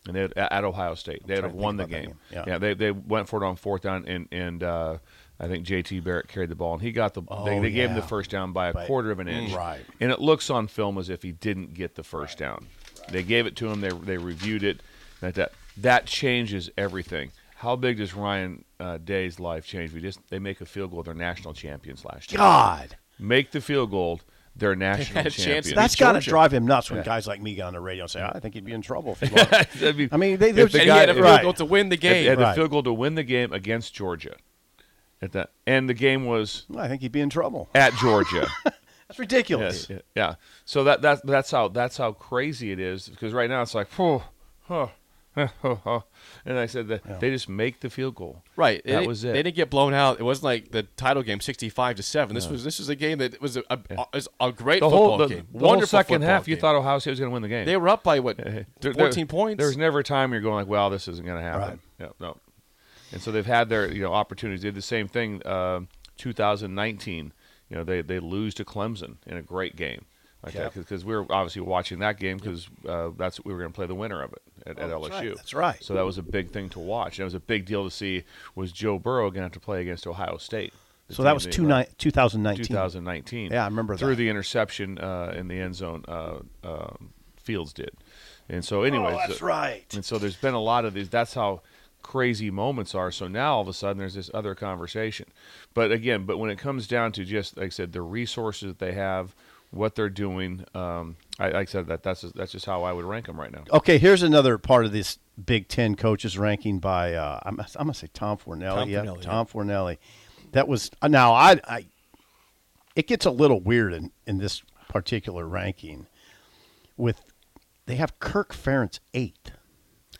Speaker 2: And they at at Ohio State, they'd
Speaker 3: trying
Speaker 2: have
Speaker 3: to think
Speaker 2: won the
Speaker 3: about that
Speaker 2: game.
Speaker 3: game. Yeah.
Speaker 2: they they went for it on fourth down, and and uh, I think J.T. Barrett carried the ball, and he got the. they
Speaker 3: Oh,
Speaker 2: they gave him the
Speaker 3: yeah.
Speaker 2: first down by a
Speaker 3: By-
Speaker 2: quarter of an inch,
Speaker 3: Right.
Speaker 2: And it looks on film as if he didn't get the first down. They gave it to him. They they reviewed it. That that that changes everything. How big does Ryan uh, Day's life change? We just they make a field goal. They're national champions last year
Speaker 3: God,
Speaker 2: make the field goal, they're national
Speaker 1: had a chance
Speaker 2: champions.
Speaker 1: to
Speaker 3: that's got to drive him nuts when
Speaker 2: Yeah.
Speaker 3: guys like me get on the radio and say, "I think he'd be in trouble." If he lost."
Speaker 2: I mean,
Speaker 3: I mean, they-
Speaker 2: if
Speaker 3: they're-
Speaker 2: the
Speaker 1: And
Speaker 3: And he
Speaker 2: guy-
Speaker 1: he had a
Speaker 2: if-
Speaker 1: field
Speaker 3: right.
Speaker 1: goal to win the
Speaker 2: if-
Speaker 1: game.
Speaker 2: had the
Speaker 3: Right.
Speaker 2: field goal to win the game against Georgia. At that, and the game was
Speaker 3: I think he'd be in trouble.
Speaker 2: at Georgia.
Speaker 3: That's ridiculous.
Speaker 2: yes, yeah. So that that that's how that's how crazy it is because right now it's like, oh, huh, huh, huh, huh." and I said that they just make the field goal.
Speaker 1: Right.
Speaker 2: that
Speaker 1: They-
Speaker 2: was it.
Speaker 1: They didn't get blown out. It wasn't like the title game, sixty-five to seven. This was this was a game that was a, a, is a great
Speaker 2: the
Speaker 1: football
Speaker 2: whole the,
Speaker 1: game.
Speaker 2: the whole
Speaker 1: Wonderful
Speaker 2: second
Speaker 1: football
Speaker 2: half, you
Speaker 1: game.
Speaker 2: thought Ohio State was going to win the game.
Speaker 1: they were up by what
Speaker 2: There- there-
Speaker 1: fourteen points.
Speaker 2: There's never a time you're going like, "Wow, this isn't going to happen." No, no. And so they've had their you know opportunities. They did the same thing. um 2019, you know, they they lose to Clemson in a great game like that because we were obviously watching that game because uh, that's we were going to play the winner of it at, at LSU.
Speaker 3: Oh, that's right.
Speaker 2: So that was a big thing to watch. And it was a big deal to see was Joe Burrow going to have to play against Ohio State. the
Speaker 3: So that
Speaker 2: team
Speaker 3: was
Speaker 2: he-
Speaker 3: two ni- 2019.
Speaker 2: 2019.
Speaker 3: Yeah, I remember
Speaker 2: through
Speaker 3: that.
Speaker 2: the interception uh, in the end zone. Uh, um, Fields did, and so anyways,
Speaker 3: Oh, that's
Speaker 2: the-
Speaker 3: right.
Speaker 2: And so there's been a lot of these. That's how crazy moments are. So now all of a sudden there's this other conversation. But again, but when it comes down to just like I said, the resources that they have, what they're doing. Um, I, like I said that that's just, that's just how I would rank them right now.
Speaker 3: Okay, here's another part of this Big Ten coaches ranking by uh, I'm, I'm gonna say Tom Fornelli.
Speaker 5: Tom
Speaker 3: yeah,
Speaker 5: Fornelli, yeah.
Speaker 3: Tom Fornelli. That was uh, now I, I. It gets a little weird in in this particular ranking. With they have Kirk Ferentz eighth.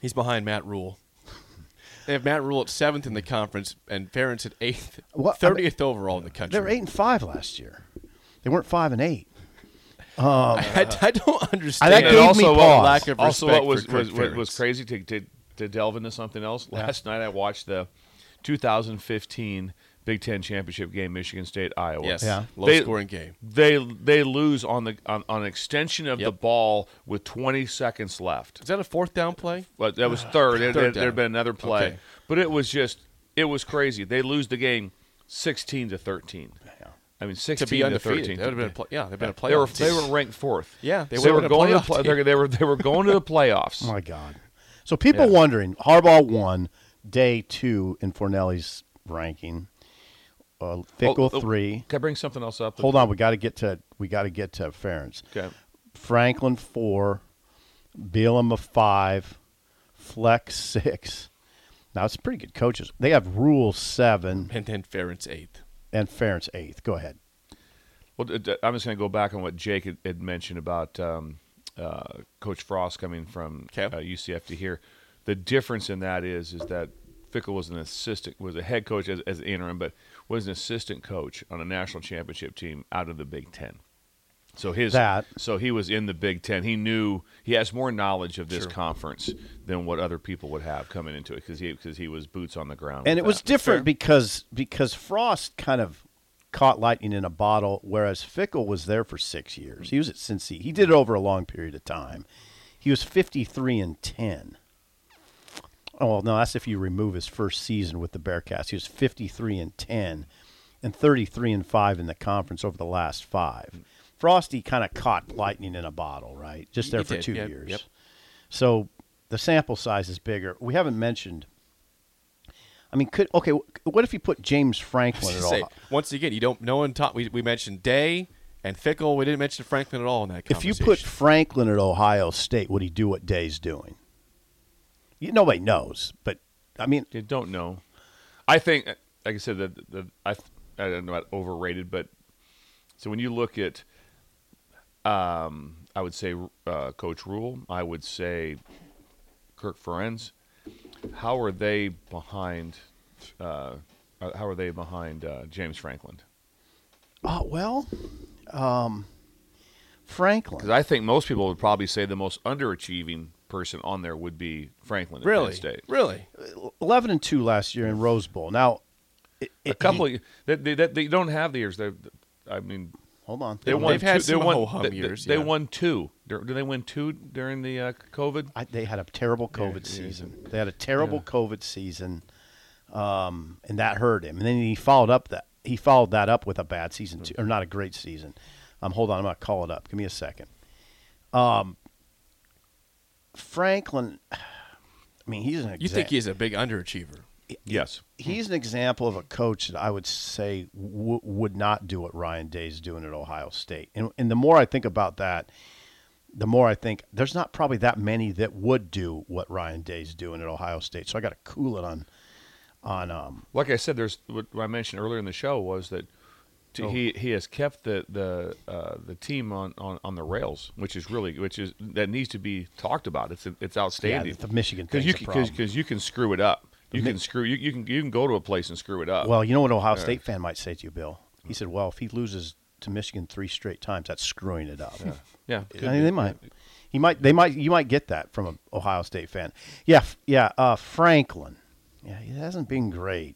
Speaker 1: He's behind Matt Rule. They have Matt Rule at seventh in the conference and Ferentz at eighth,
Speaker 3: Well, I
Speaker 1: thirtieth overall in the country.
Speaker 3: They're eight and five last year. They weren't five and eight.
Speaker 1: I, I don't understand.
Speaker 3: that
Speaker 2: And
Speaker 3: gave me
Speaker 2: also,
Speaker 3: pause.
Speaker 2: what,
Speaker 1: Lack of
Speaker 2: also
Speaker 1: respect
Speaker 2: what was
Speaker 1: for Kirk
Speaker 2: was, was, was
Speaker 1: Ferentz.
Speaker 2: crazy to, to to delve into something else. Last night I watched the 2015 Big Ten championship game, Michigan State Iowa.
Speaker 1: Yes,
Speaker 3: Yeah.
Speaker 1: low
Speaker 2: They-
Speaker 1: scoring game.
Speaker 2: They they lose on the on, on extension of the
Speaker 1: Yep.
Speaker 2: ball with 20 seconds left.
Speaker 1: Is that a fourth down play?
Speaker 2: But that was third. there,
Speaker 1: Third
Speaker 2: there, had
Speaker 1: down.
Speaker 2: been another play,
Speaker 1: Okay.
Speaker 2: but it was just it was crazy. They lose the game 16 to 13. I mean, 16
Speaker 1: To be undefeated,
Speaker 2: to 13.
Speaker 1: that would have been a play, yeah, they've been a playoff.
Speaker 2: They were
Speaker 1: team.
Speaker 2: they were ranked fourth.
Speaker 1: Yeah, they
Speaker 2: So they
Speaker 1: would've
Speaker 2: were
Speaker 1: been a
Speaker 2: going to the
Speaker 1: playoff
Speaker 2: pla-
Speaker 1: team.
Speaker 2: they were they were going to the playoffs.
Speaker 3: My God. So people wondering Harbaugh won day two in Fornelli's ranking. Uh, Fickle
Speaker 2: Oh, oh,
Speaker 3: three.
Speaker 2: Can I bring something else up?
Speaker 3: Hold on, we got to get to we got to get to Ferentz.
Speaker 2: Okay.
Speaker 3: Franklin four, Bielema five, Fleck six. Now it's pretty good coaches. They have Rule seven
Speaker 1: and then Ferentz eighth.
Speaker 3: and Ferentz eighth. Go ahead.
Speaker 2: Well, d- d- I'm just going to go back on what Jake had, had mentioned about um, uh, Coach Frost coming from
Speaker 1: Okay.
Speaker 2: uh, UCF to here. The difference in that is is that Fickle was an assistant, was a head coach as, as an interim, but was an assistant coach on a national championship team out of the Big Ten. So his
Speaker 3: That.
Speaker 2: so he was in the Big Ten. He knew he has more knowledge of this conference than what other people would have coming into it because he because he was boots on the ground.
Speaker 3: And
Speaker 2: with
Speaker 3: it was
Speaker 2: that.
Speaker 3: different because because Frost kind of caught lightning in a bottle, whereas Fickle was there for six years. He was at Cincy. He did it over a long period of time. He was fifty three and ten. Oh well, no, that's if you remove his first season with the Bearcats. He was fifty three and ten, and thirty three and five in the conference over the last five. Frosty kind of caught lightning in a bottle, right? Just there
Speaker 1: He
Speaker 3: for
Speaker 1: did,
Speaker 3: two
Speaker 1: yep,
Speaker 3: years.
Speaker 1: yep.
Speaker 3: So the sample size is bigger. We haven't mentioned. I mean, could okay. wh- What if you put James Franklin at all?
Speaker 1: Say, once again, you don't. No one taught. We, we mentioned Day and Fickle. We didn't mention Franklin at all in that.
Speaker 3: If you put
Speaker 1: conversation.
Speaker 3: Franklin at Ohio State, would he do what Day's doing? You, nobody knows, but I mean,
Speaker 2: You don't know. I think, like I said, the, the I I don't know about overrated, but so when you look at, um, I would say uh, Coach Rule, I would say Kirk Ferentz. How are they behind? Uh, uh, how are they behind uh, James Franklin?
Speaker 3: oh well, um,
Speaker 2: Because
Speaker 3: Franklin.
Speaker 2: I think most people would probably say the most underachieving person on there would be Franklin. At Penn
Speaker 1: really,
Speaker 2: State.
Speaker 1: really,
Speaker 3: Eleven and two last year in Rose Bowl. Now, it,
Speaker 2: a
Speaker 3: it-
Speaker 2: couple of that they, that they don't have the years. They, I mean,
Speaker 3: Hold on.
Speaker 2: They
Speaker 3: Hold
Speaker 2: won.
Speaker 3: on.
Speaker 1: They've had
Speaker 2: two, they
Speaker 1: some
Speaker 2: won,
Speaker 1: ho-hum
Speaker 2: they- they-
Speaker 1: years,
Speaker 2: They
Speaker 1: yeah.
Speaker 2: won two. Dur- Did they win two during the uh, COVID?
Speaker 3: I, they had a terrible COVID season. They had a terrible COVID season, um, and that hurt him. And then he followed up that he followed that up with a bad season too, or not a great season. Um, hold on, I'm gonna call it up. Give me a second. Um, Franklin. I mean, he's an.
Speaker 1: You think
Speaker 3: exa-
Speaker 1: he's a big underachiever?
Speaker 2: Yes.
Speaker 3: he's an example of a coach that I would say w- would not do what Ryan Day's doing at Ohio State. And, and the more I think about that, the more I think there's not probably that many that would do what Ryan Day's doing at Ohio State. So I got to cool it on, on um,
Speaker 2: Like I said, there's what I mentioned earlier in the show was that
Speaker 1: Oh.
Speaker 2: t- he he has kept the the uh, the team on, on, on the rails, which is really which is that needs to be talked about. It's it's
Speaker 3: yeah,
Speaker 2: outstanding
Speaker 3: the Michigan
Speaker 2: because you
Speaker 3: thing's a
Speaker 2: can
Speaker 3: problem.
Speaker 2: because you can screw it up. You
Speaker 3: Mi-
Speaker 2: can screw you, you can you can go to a place and screw it up.
Speaker 3: Well, you know what an Ohio State fan might say to you, Bill? He said, "Well, if he loses to Michigan three straight times, that's screwing it up."
Speaker 2: yeah,
Speaker 3: I
Speaker 2: could
Speaker 3: mean,
Speaker 2: be.
Speaker 3: they might. He might. They might. You might get that from an Ohio State fan. Yeah. f- Yeah. Uh, Franklin. Yeah, he hasn't been great.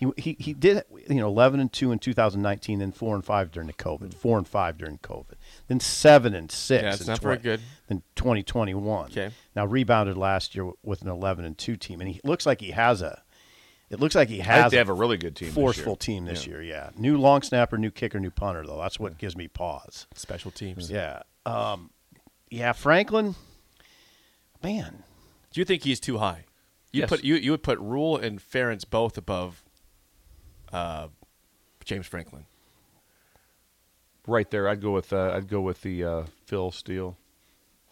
Speaker 3: He, he, he did you know eleven and two in 2019, then four and five during the COVID, four and five during COVID, then seven and six.
Speaker 1: Yeah, it's
Speaker 3: in
Speaker 1: not very
Speaker 3: 20
Speaker 1: good.
Speaker 3: Then 2021.
Speaker 1: Okay.
Speaker 3: Now rebounded last year with an 11 and two team, and he looks like he has a. It looks like he
Speaker 2: I think
Speaker 3: has
Speaker 2: they have a really good team. this year.
Speaker 3: forceful team this year. Yeah, new long snapper, new kicker, new punter though. That's what gives me pause.
Speaker 1: Special teams.
Speaker 3: Yeah. Um, yeah, Franklin. Man,
Speaker 1: Do you think he's too high? You
Speaker 2: Yes.
Speaker 1: put you you would put Rule and Ferentz both above uh, James Franklin.
Speaker 2: Right there, I'd go with uh, I'd go with the uh, Phil Steele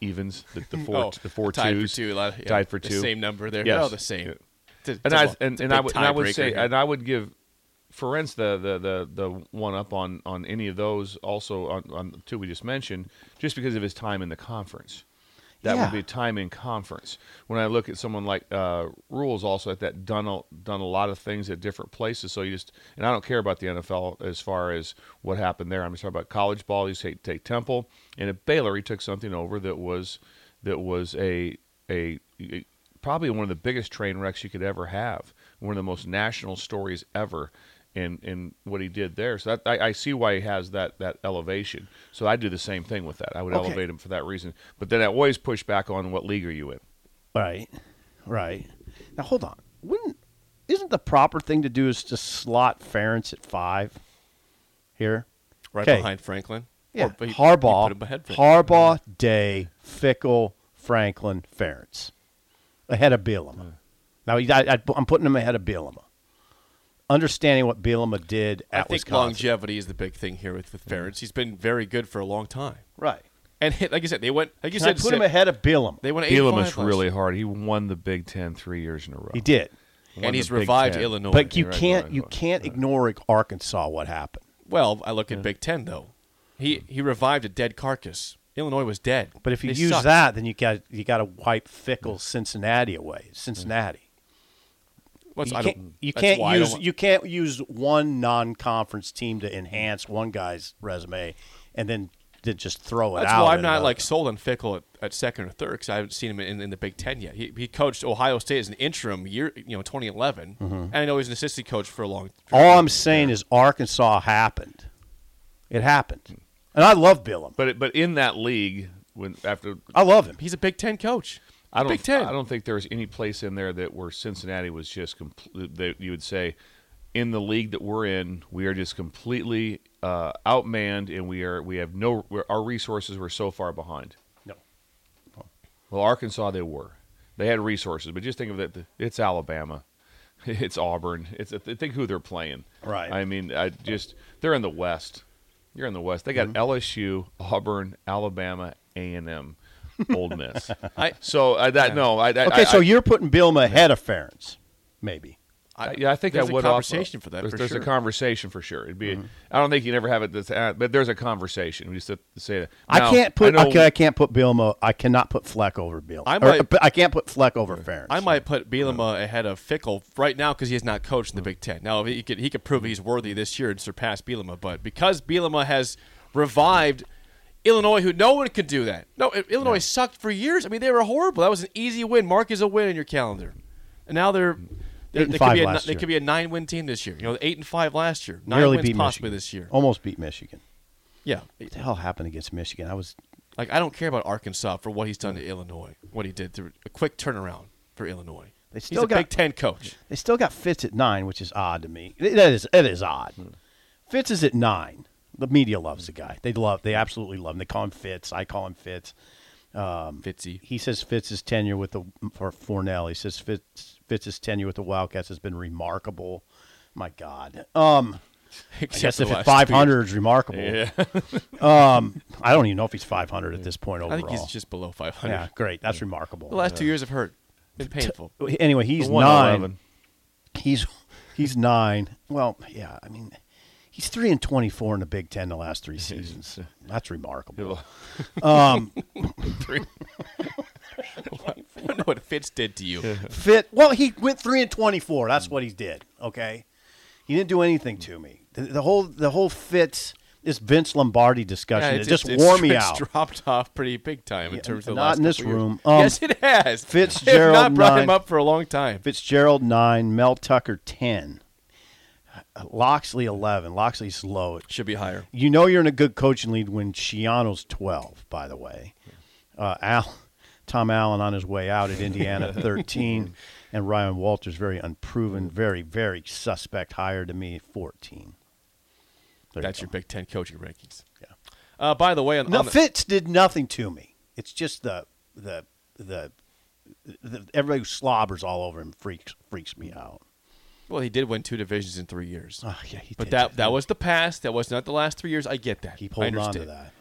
Speaker 2: evens the, the four
Speaker 1: Oh,
Speaker 2: the four
Speaker 1: tied
Speaker 2: twos
Speaker 1: for two. a lot of- yeah,
Speaker 2: tied for
Speaker 1: the
Speaker 2: two
Speaker 1: Same number there.
Speaker 2: Yes.
Speaker 1: No, the same.
Speaker 2: Yeah.
Speaker 1: It's a- it's
Speaker 2: and
Speaker 1: a
Speaker 2: I
Speaker 1: lo-
Speaker 2: and,
Speaker 1: it's a
Speaker 2: and I
Speaker 1: big
Speaker 2: would and I would
Speaker 1: tiebreaker
Speaker 2: say
Speaker 1: here.
Speaker 2: and I would give Ferenc the, the the the one up on on any of those also on, on the two we just mentioned just because of his time in the conference. That
Speaker 3: Yeah.
Speaker 2: would be time in conference. When I look at someone like uh, Rules, also at that done a, done a lot of things at different places. So you just and I don't care about the NFL as far as what happened there. I'm just talking about college ball. You take take Temple and at Baylor, he took something over that was that was a a probably one of the biggest train wrecks you could ever have, one of the most national stories ever, in in what he did there. So that, I, I see why he has that that elevation. So I do the same thing with that. I would
Speaker 3: Okay.
Speaker 2: elevate him for that reason. But then I always push back on what league are you in?
Speaker 3: right, right. Now hold on. Wouldn't isn't the proper thing to do is to slot Ference at five here?
Speaker 1: right
Speaker 3: Okay.
Speaker 1: behind Franklin.
Speaker 3: Yeah,
Speaker 1: Or- but he- he
Speaker 3: Harbaugh,
Speaker 1: put him ahead Franklin.
Speaker 3: Harbaugh, Day, Fickle, Franklin, Ference, ahead of Bielema. Now he, I, I, I'm putting him ahead of Bielema. Understanding what Bielema did
Speaker 1: I
Speaker 3: at
Speaker 1: think
Speaker 3: Wisconsin,
Speaker 1: longevity is the big thing here with, with Ferentz. He's been very good for a long time.
Speaker 3: right?
Speaker 1: And like I said, they went. Like you
Speaker 3: Can I
Speaker 1: said,
Speaker 3: put him
Speaker 1: said-
Speaker 3: ahead of Bielema.
Speaker 1: They went.
Speaker 2: Bielema's
Speaker 1: 85 last
Speaker 2: really
Speaker 1: year.
Speaker 2: hard. He won the Big Ten three years in a row.
Speaker 3: He did.
Speaker 2: won
Speaker 1: and he's
Speaker 2: the Big
Speaker 1: revived
Speaker 2: Ten.
Speaker 1: Illinois.
Speaker 3: But you
Speaker 2: You're right,
Speaker 3: can't
Speaker 2: right,
Speaker 3: you
Speaker 2: right.
Speaker 3: can't ignore Arkansas what happened.
Speaker 1: well, I look at Big Ten though. He he revived a dead carcass. Illinois was dead.
Speaker 3: But if you
Speaker 1: They
Speaker 3: use
Speaker 1: sucked.
Speaker 3: that, then you got you got to wipe fickle Cincinnati away. Cincinnati.
Speaker 1: What's-
Speaker 3: you
Speaker 1: I
Speaker 3: can't,
Speaker 1: don't-
Speaker 3: you
Speaker 1: that's
Speaker 3: can't
Speaker 1: why I don't
Speaker 3: use
Speaker 1: want-
Speaker 3: you can't use one non-conference team to enhance one guy's resume, and then then just throw it
Speaker 1: That's
Speaker 3: out.
Speaker 1: why
Speaker 3: at
Speaker 1: I'm not
Speaker 3: another.
Speaker 1: like sold on Fickle at, at second or third because I haven't seen him in, in the Big Ten yet. He, he coached Ohio State as an interim year, you know, 2011,
Speaker 3: Mm-hmm.
Speaker 1: and I know he's an assistant coach for a long. for-
Speaker 3: All I'm saying is Arkansas happened. It happened, and I love Billum.
Speaker 2: But it, but in that league, when after
Speaker 3: I love him.
Speaker 1: he's a Big Ten coach.
Speaker 2: I don't
Speaker 1: Big Ten.
Speaker 2: I don't think there's any place in there that where Cincinnati was just complete that you would say in the league that we're in, we are just completely uh, outmanned and we are we have no we're, our resources were so far behind.
Speaker 3: No.
Speaker 2: Well, Arkansas they were. They had resources, but just think of it it's Alabama. It's Auburn. It's think who they're playing.
Speaker 3: Right.
Speaker 2: I mean, I just they're in the West. You're in the West. They got
Speaker 1: Mm-hmm.
Speaker 2: LSU, Auburn, Alabama, A and M, Old Miss.
Speaker 1: I-
Speaker 2: so I, that no, I, I
Speaker 3: Okay,
Speaker 2: I-
Speaker 3: so
Speaker 2: I-
Speaker 3: you're putting Billum ahead of Ference, maybe.
Speaker 2: I, yeah, I think
Speaker 1: there's
Speaker 2: I
Speaker 1: a
Speaker 2: would offer-
Speaker 1: conversation for that,
Speaker 2: There's,
Speaker 1: for
Speaker 2: there's a
Speaker 1: sure. Mm-hmm.
Speaker 2: conversation for sure. It'd be. I don't think you never have it. This, uh, but there's a conversation. We just have to say that. Now,
Speaker 3: I can't put.
Speaker 2: know-
Speaker 3: okay, I can't put Bielma. I cannot put Fleck over Bielma.
Speaker 1: I
Speaker 3: Or,
Speaker 1: might-
Speaker 3: but I can't put Fleck over Ferentz.
Speaker 1: I might put Bielema ahead of Fickle right now because he has not coached
Speaker 2: Mm.
Speaker 1: in the Big Ten. Now if he could he could prove he's worthy this year and surpass Bielema, but because Bielema has revived Illinois, who no one could do that. No, I- Illinois sucked for years. I mean, they were horrible. That was an easy win. Mark is a win in your calendar, and now they're. they're-
Speaker 3: and
Speaker 1: They
Speaker 3: five
Speaker 1: could, be a,
Speaker 3: last
Speaker 1: they
Speaker 3: year.
Speaker 1: could be a nine-win team this year. You know, eight and five last year, nine
Speaker 3: nearly
Speaker 1: wins
Speaker 3: beat
Speaker 1: possibly
Speaker 2: Oh.
Speaker 3: Michigan
Speaker 1: this year.
Speaker 3: Almost beat Michigan.
Speaker 1: Yeah.
Speaker 3: What the hell happened against Michigan? I was
Speaker 1: Like I don't care about Arkansas for what he's
Speaker 3: Hmm.
Speaker 1: done to Illinois, what he did through a quick turnaround for Illinois.
Speaker 3: They
Speaker 1: he's
Speaker 3: still
Speaker 1: a
Speaker 3: got-
Speaker 1: Big Ten coach.
Speaker 3: They still got Fitz at nine, which is odd to me. It it is. It is odd.
Speaker 1: Hmm.
Speaker 3: Fitz is at nine. The media loves the guy. They love. They absolutely love him. They call him Fitz. I call him Fitz.
Speaker 1: Fitzy.
Speaker 3: He says Fitz's tenure with the for Fornell. He says Fitz Fitz's tenure with the Wildcats has been remarkable. My God. Um. I guess if it's 500 is remarkable.
Speaker 1: Yeah.
Speaker 3: um. I don't even know if he's 500 at this point overall.
Speaker 1: I think he's just below 500.
Speaker 3: yeah. Great. That's remarkable.
Speaker 1: The last two years have hurt. Been painful.
Speaker 3: Anyway, he's nine.
Speaker 2: 111.
Speaker 3: he's he's nine. Well, yeah, I mean, he's three and twenty four in the Big Ten the last three
Speaker 1: uh,
Speaker 3: seasons. That's remarkable.
Speaker 1: I wonder what Fitz did to you.
Speaker 3: Fit well, he went three and twenty four. That's what he did. Okay, he didn't do anything to me. The, the whole the whole Fitz this Vince Lombardi discussion it just
Speaker 1: it's-
Speaker 3: wore me
Speaker 1: it's
Speaker 3: out.
Speaker 1: dropped off pretty big time in
Speaker 3: Yeah,
Speaker 1: terms of the
Speaker 3: not
Speaker 1: last
Speaker 3: in this
Speaker 1: couple years.
Speaker 3: room. Um,
Speaker 1: yes, it has.
Speaker 3: Fitzgerald,
Speaker 1: They have not brought him
Speaker 3: nine.
Speaker 1: up for a long time.
Speaker 3: Fitzgerald nine, Mel Tucker ten, Loxley eleven. Loxley's low at
Speaker 1: Should be higher.
Speaker 3: You know you're in a good coaching lead when Shiano's 12, by the way. Uh, Al, Tom Allen on his way out at Indiana 13, and Ryan Walters, very unproven, very, very suspect hire to me 14. There you
Speaker 1: That's
Speaker 3: go.
Speaker 1: your Big Ten coaching rankings.
Speaker 3: Yeah.
Speaker 1: Uh, by the way, on,
Speaker 3: No,
Speaker 1: on the-
Speaker 3: Fitz did nothing to me. It's just the the the, the everybody who slobbers all over him freaks freaks me out.
Speaker 1: well, he did win two divisions in three years.
Speaker 3: Oh, yeah, he
Speaker 1: But
Speaker 3: did.
Speaker 1: that that was the past. That was not the last three years. I get that.
Speaker 3: keep
Speaker 1: I
Speaker 3: holding on
Speaker 1: understand.
Speaker 3: to that.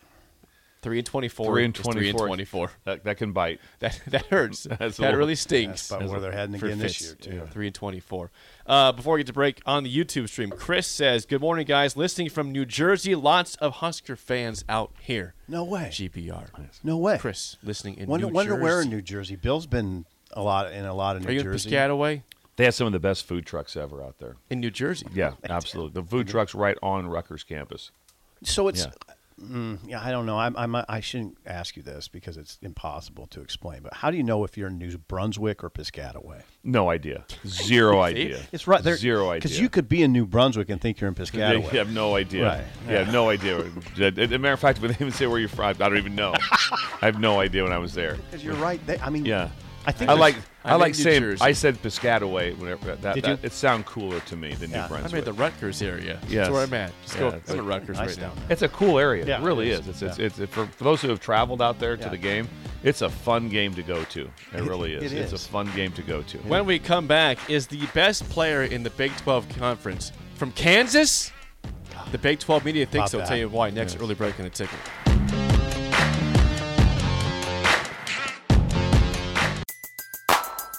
Speaker 1: Three and twenty four.
Speaker 2: Three and
Speaker 1: Three and
Speaker 2: 24.
Speaker 1: twenty four.
Speaker 2: That, that can bite.
Speaker 1: That that hurts.
Speaker 2: That's
Speaker 1: that
Speaker 2: a-
Speaker 1: really stinks.
Speaker 3: That's about where they're heading
Speaker 1: for
Speaker 3: again this year
Speaker 1: Fitz.
Speaker 3: too.
Speaker 1: Yeah, Three and twenty-four. Uh, before we get to break on the YouTube stream, Chris says, "Good morning, guys. Listening from New Jersey. Lots of Husker fans out here.
Speaker 3: No way.
Speaker 1: GPR.
Speaker 3: No way.
Speaker 1: Chris listening in
Speaker 3: Wonder,
Speaker 1: New
Speaker 3: wonder
Speaker 1: Jersey.
Speaker 3: where in New Jersey. Bill's been a lot in a lot of New
Speaker 1: Are you in
Speaker 3: Jersey.
Speaker 1: Piscataway
Speaker 2: They have some of the best food trucks ever out there.
Speaker 1: in New Jersey?
Speaker 2: Yeah, absolutely. The food trucks right on Rutgers campus.
Speaker 3: So it's,
Speaker 2: Yeah.
Speaker 3: Mm, yeah, I don't know. I'm, I'm, I shouldn't ask you this because it's impossible to explain. But how do you know if you're in New Brunswick or Piscataway?
Speaker 2: No idea. Zero idea.
Speaker 3: It's right there.
Speaker 2: Zero idea.
Speaker 3: Because you could be in New Brunswick and think you're in
Speaker 2: Yeah,
Speaker 3: Piscataway.
Speaker 2: You have no idea.
Speaker 3: Right.
Speaker 2: You have no idea. As a matter of fact, when they even say where you're from, I don't even know. I have no idea when I was there.
Speaker 3: Because you're right. There. I mean,
Speaker 2: Yeah.
Speaker 3: I think
Speaker 2: I
Speaker 3: there's-
Speaker 2: like
Speaker 1: I'm
Speaker 2: I
Speaker 1: in
Speaker 2: like
Speaker 1: New
Speaker 2: saying
Speaker 1: Jersey.
Speaker 2: I said Piscataway whenever that,
Speaker 3: Did
Speaker 2: that-
Speaker 3: you?
Speaker 2: it sound cooler to me than
Speaker 3: Yeah.
Speaker 2: New
Speaker 3: I made
Speaker 1: I'm in
Speaker 2: Brunswick.
Speaker 1: the Rutgers area.
Speaker 2: Yes.
Speaker 1: That's where I'm at. Just
Speaker 2: Yeah,
Speaker 1: go.
Speaker 2: it's
Speaker 1: I'm at
Speaker 2: like-
Speaker 1: Rutgers
Speaker 3: nice
Speaker 1: right now.
Speaker 3: down there.
Speaker 2: It's a cool area.
Speaker 3: Yeah,
Speaker 2: it really
Speaker 3: it is.
Speaker 2: is. It's it's, it's, for, for those who have traveled out there to the game, it's a fun game to go to. It, really is.
Speaker 3: it
Speaker 2: It's
Speaker 3: is.
Speaker 2: a fun game to go to.
Speaker 1: When we come back, is the best player in the Big 12 conference from Kansas? The Big 12 media thinks
Speaker 3: About
Speaker 1: so.
Speaker 3: that.
Speaker 1: Tell you why next early break in the ticket.